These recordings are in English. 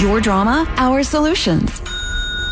Your drama, our solutions.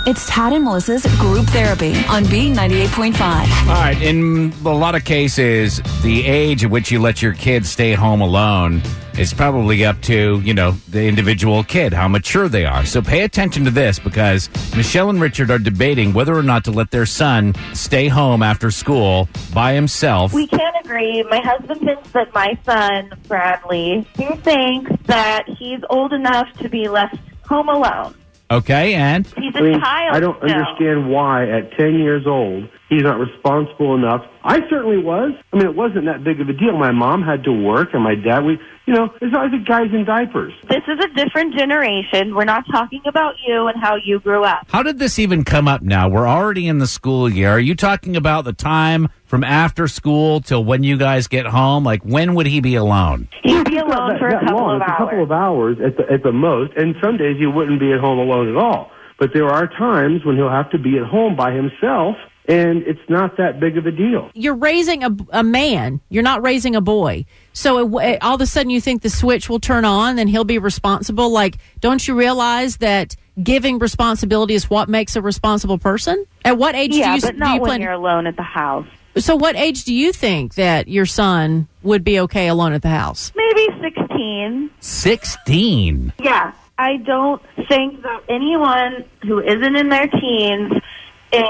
It's Tad and Melissa's group therapy on B98.5. All right. In a lot of cases, the age at which you let your kids stay home alone is probably up to, you know, the individual kid, how mature they are. So pay attention to this because Michelle and Richard are debating whether or not to let their son stay home after school by himself. We can't agree. My husband thinks that my son, Bradley, he thinks that he's old enough to be left home alone. Okay. And He's a I mean, child. I don't still. understand why at 10 years old he's not responsible enough. I certainly was. I mean, it wasn't that big of a deal. My mom had to work, and my dad, we, you know, there's always the guys in diapers. This is a different generation. We're not talking about you and how you grew up. how did this even come up now? We're already in the school year. Are you talking about the time from after school till when you guys get home? Like, when would he be alone? He'd be It's alone not that, for a that couple long. of it's hours. a couple of hours at the, at the most, and some days he wouldn't be at home alone at all. But there are times when he'll have to be at home by himself, and it's not that big of a deal. you're raising a, a man. You're not raising a boy. So it, w- all of a sudden, you think the switch will turn on and he'll be responsible. Like, don't you realize that giving responsibility is what makes a responsible person? At what age do yeah, you, but do not you when plan? you're alone at the house. so, what age do you think that your son would be okay alone at the house? Maybe 16. 16. Yeah, I don't think that anyone who isn't in their teens is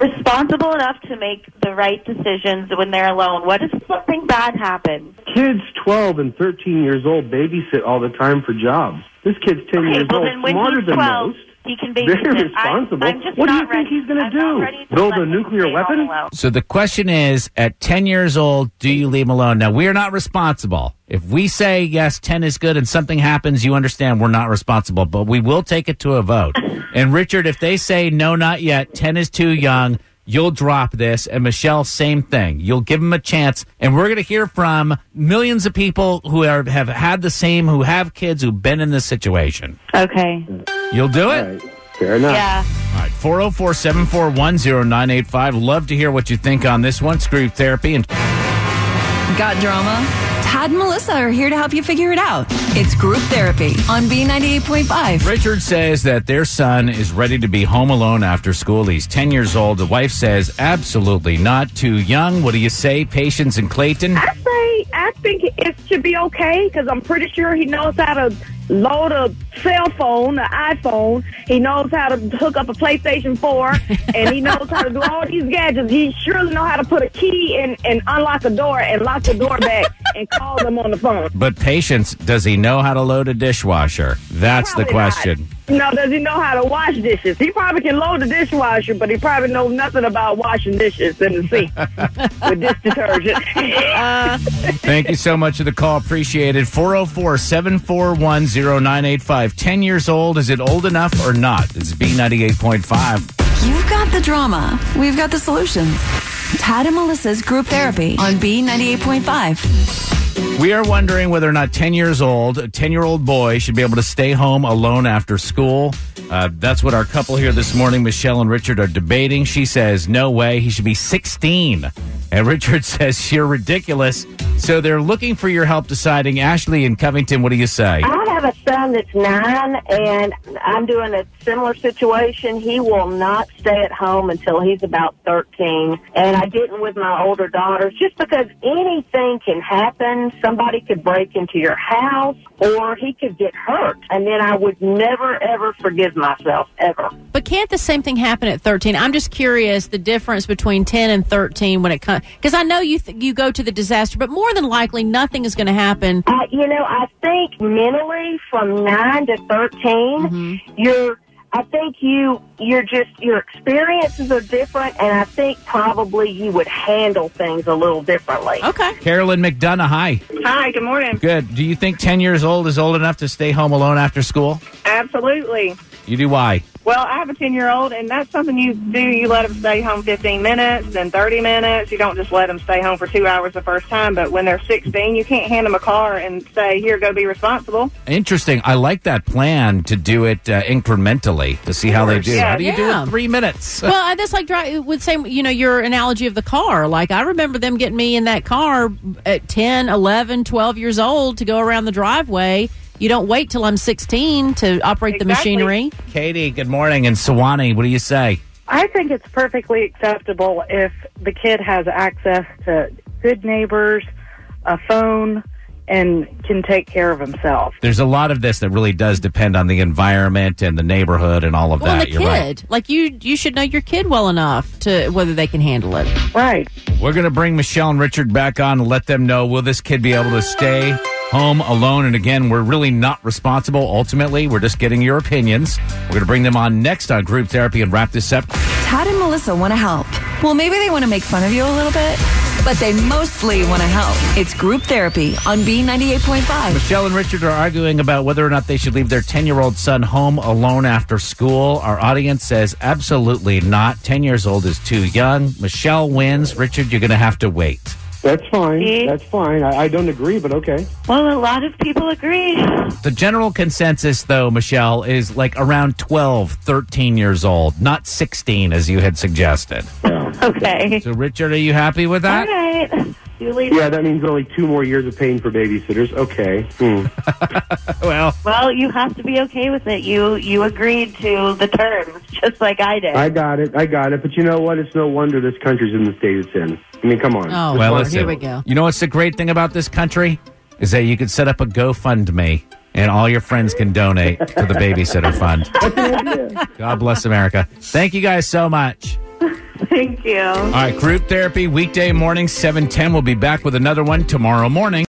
responsible enough to make the right decisions when they're alone. What if something bad happens? Kids 12 and 13 years old babysit all the time for jobs. This kid's 10 Okay, years well old, then when smarter he's than 12, most. he can Very babysit. I- responsible. I'm just What do not you think ready- he's gonna I'm not do? ready to Build let a him nuclear stay home weapon? alone. So the question is at 10 years old, do you leave him alone? Now, we are not responsible. If we say, yes, 10 is good and something happens, you understand we're not responsible, but we will take it to a vote. and Richard, if they say, no, not yet, 10 is too young, you'll drop this. And Michelle, same thing. You'll give him a chance. And we're going to hear from millions of people who are, have had the same, who have kids, who've been in this situation. Okay. You'll do it? Right. Fair enough. Yeah. All right, 404 741 0985. Love to hear what you think on this one. Screw therapy and Got drama? Tad and Melissa are here to help you figure it out. It's group therapy on B98.5. Richard says that their son is ready to be home alone after school. He's 10 years old. The wife says, absolutely not too young. What do you say, Patience and Clayton? I say I think it should be okay because I'm pretty sure he knows how to load a cell phone, an iPhone. He knows how to hook up a PlayStation 4, and he knows how to do all these gadgets. He surely know how to put a key in and unlock a door and lock the door back and call them on the phone. But Patience, does he know how to load a dishwasher? That's the Probably not. question. No, does he know how to wash dishes? He probably can load the dishwasher, but he probably knows nothing about washing dishes in the sink with dish detergent. Uh, Thank you so much for the call. Appreciate it. 404 741 0985. 10 years old. Is it old enough or not? It's B98.5. You've got the drama. We've got the solutions. Tad and Melissa's group therapy on B98.5. We are wondering whether or not 10 years old, a 10 year old boy should be able to stay home alone after school. Uh, that's what our couple here this morning, Michelle and Richard, are debating. She says, no way, he should be 16. And Richard says, you're ridiculous. So they're looking for your help deciding. Ashley in Covington, what do you say? I have a son that's nine, and I'm doing a similar situation. He will not stay at home until he's about 13. And I didn't with my older daughters just because anything can happen. Somebody could break into your house, or he could get hurt. And then I would never, ever forgive myself, ever. But can't the same thing happen at 13? I'm just curious the difference between 10 and 13 when it comes because I know you th- you go to the disaster, but more than likely nothing is going to happen. Uh, you know, I think mentally from nine to 13 Mm-hmm. you're. I think you you're just your experiences are different, and I think probably you would handle things a little differently. Oh, Okay. Carolyn McDonough, hi. Hi, good morning. Good. Do you think 10 years old is old enough to stay home alone after school? Absolutely. You do why? Well, I have a 10 year old, and that's something you do. You let them stay home 15 minutes, then 30 minutes. You don't just let them stay home for two hours the first time. But when they're 16, you can't hand them a car and say, here, go be responsible. Interesting. I like that plan to do it uh, incrementally to see how they do. Yeah, how do you do yeah. it? Three minutes. well, I- that's like dri- with same, you know, your analogy of the car. Like I remember them getting me in that car at 10, 11, 12 years old to go around the driveway. You don't wait till I'm 16 to operate the Exactly. machinery. Katie, good morning. And Sawani, what do you say? I think it's perfectly acceptable if the kid has access to good neighbors, a phone, and can take care of himself. There's a lot of this that really does depend on the environment and the neighborhood and all of Well, that. and the You're kid, right. like you, you should know your kid well enough to whether they can handle it. Right. We're going to bring Michelle and Richard back on and let them know will this kid be able to stay home alone? And again, we're really not responsible. Ultimately, we're just getting your opinions. We're going to bring them on next on group therapy and wrap this up. Tad and Melissa want to help. Well, maybe they want to make fun of you a little bit, but they mostly want to help. It's group therapy on B98.5. Michelle and Richard are arguing about whether or not they should leave their 10 year old son home alone after school. Our audience says absolutely not. 10 years old is too young. Michelle wins. Richard, you're going to have to wait. That's fine. See? That's fine. I, I don't agree, but okay. Well, a lot of people agree. The general consensus, though, Michelle, is like around 12, 13 years old, not 16, as you had suggested. Okay. So, Richard, are you happy with All that? right. Julie. Yeah, that means only two more years of paying for babysitters. Okay. Hmm. Well, Well, you have to be okay with it. You you agreed to the terms, just like I did. I got it. I got it. But you know what? It's no wonder this country's in the state it's in. I mean, come on. Oh, well, Lord, listen, here we go. You know what's the great thing about this country is that you could set up a GoFundMe, and all your friends can donate to the babysitter fund. God bless America. Thank you guys so much. Thank you. All right, group therapy weekday morning seven ten. We'll be back with another one tomorrow morning.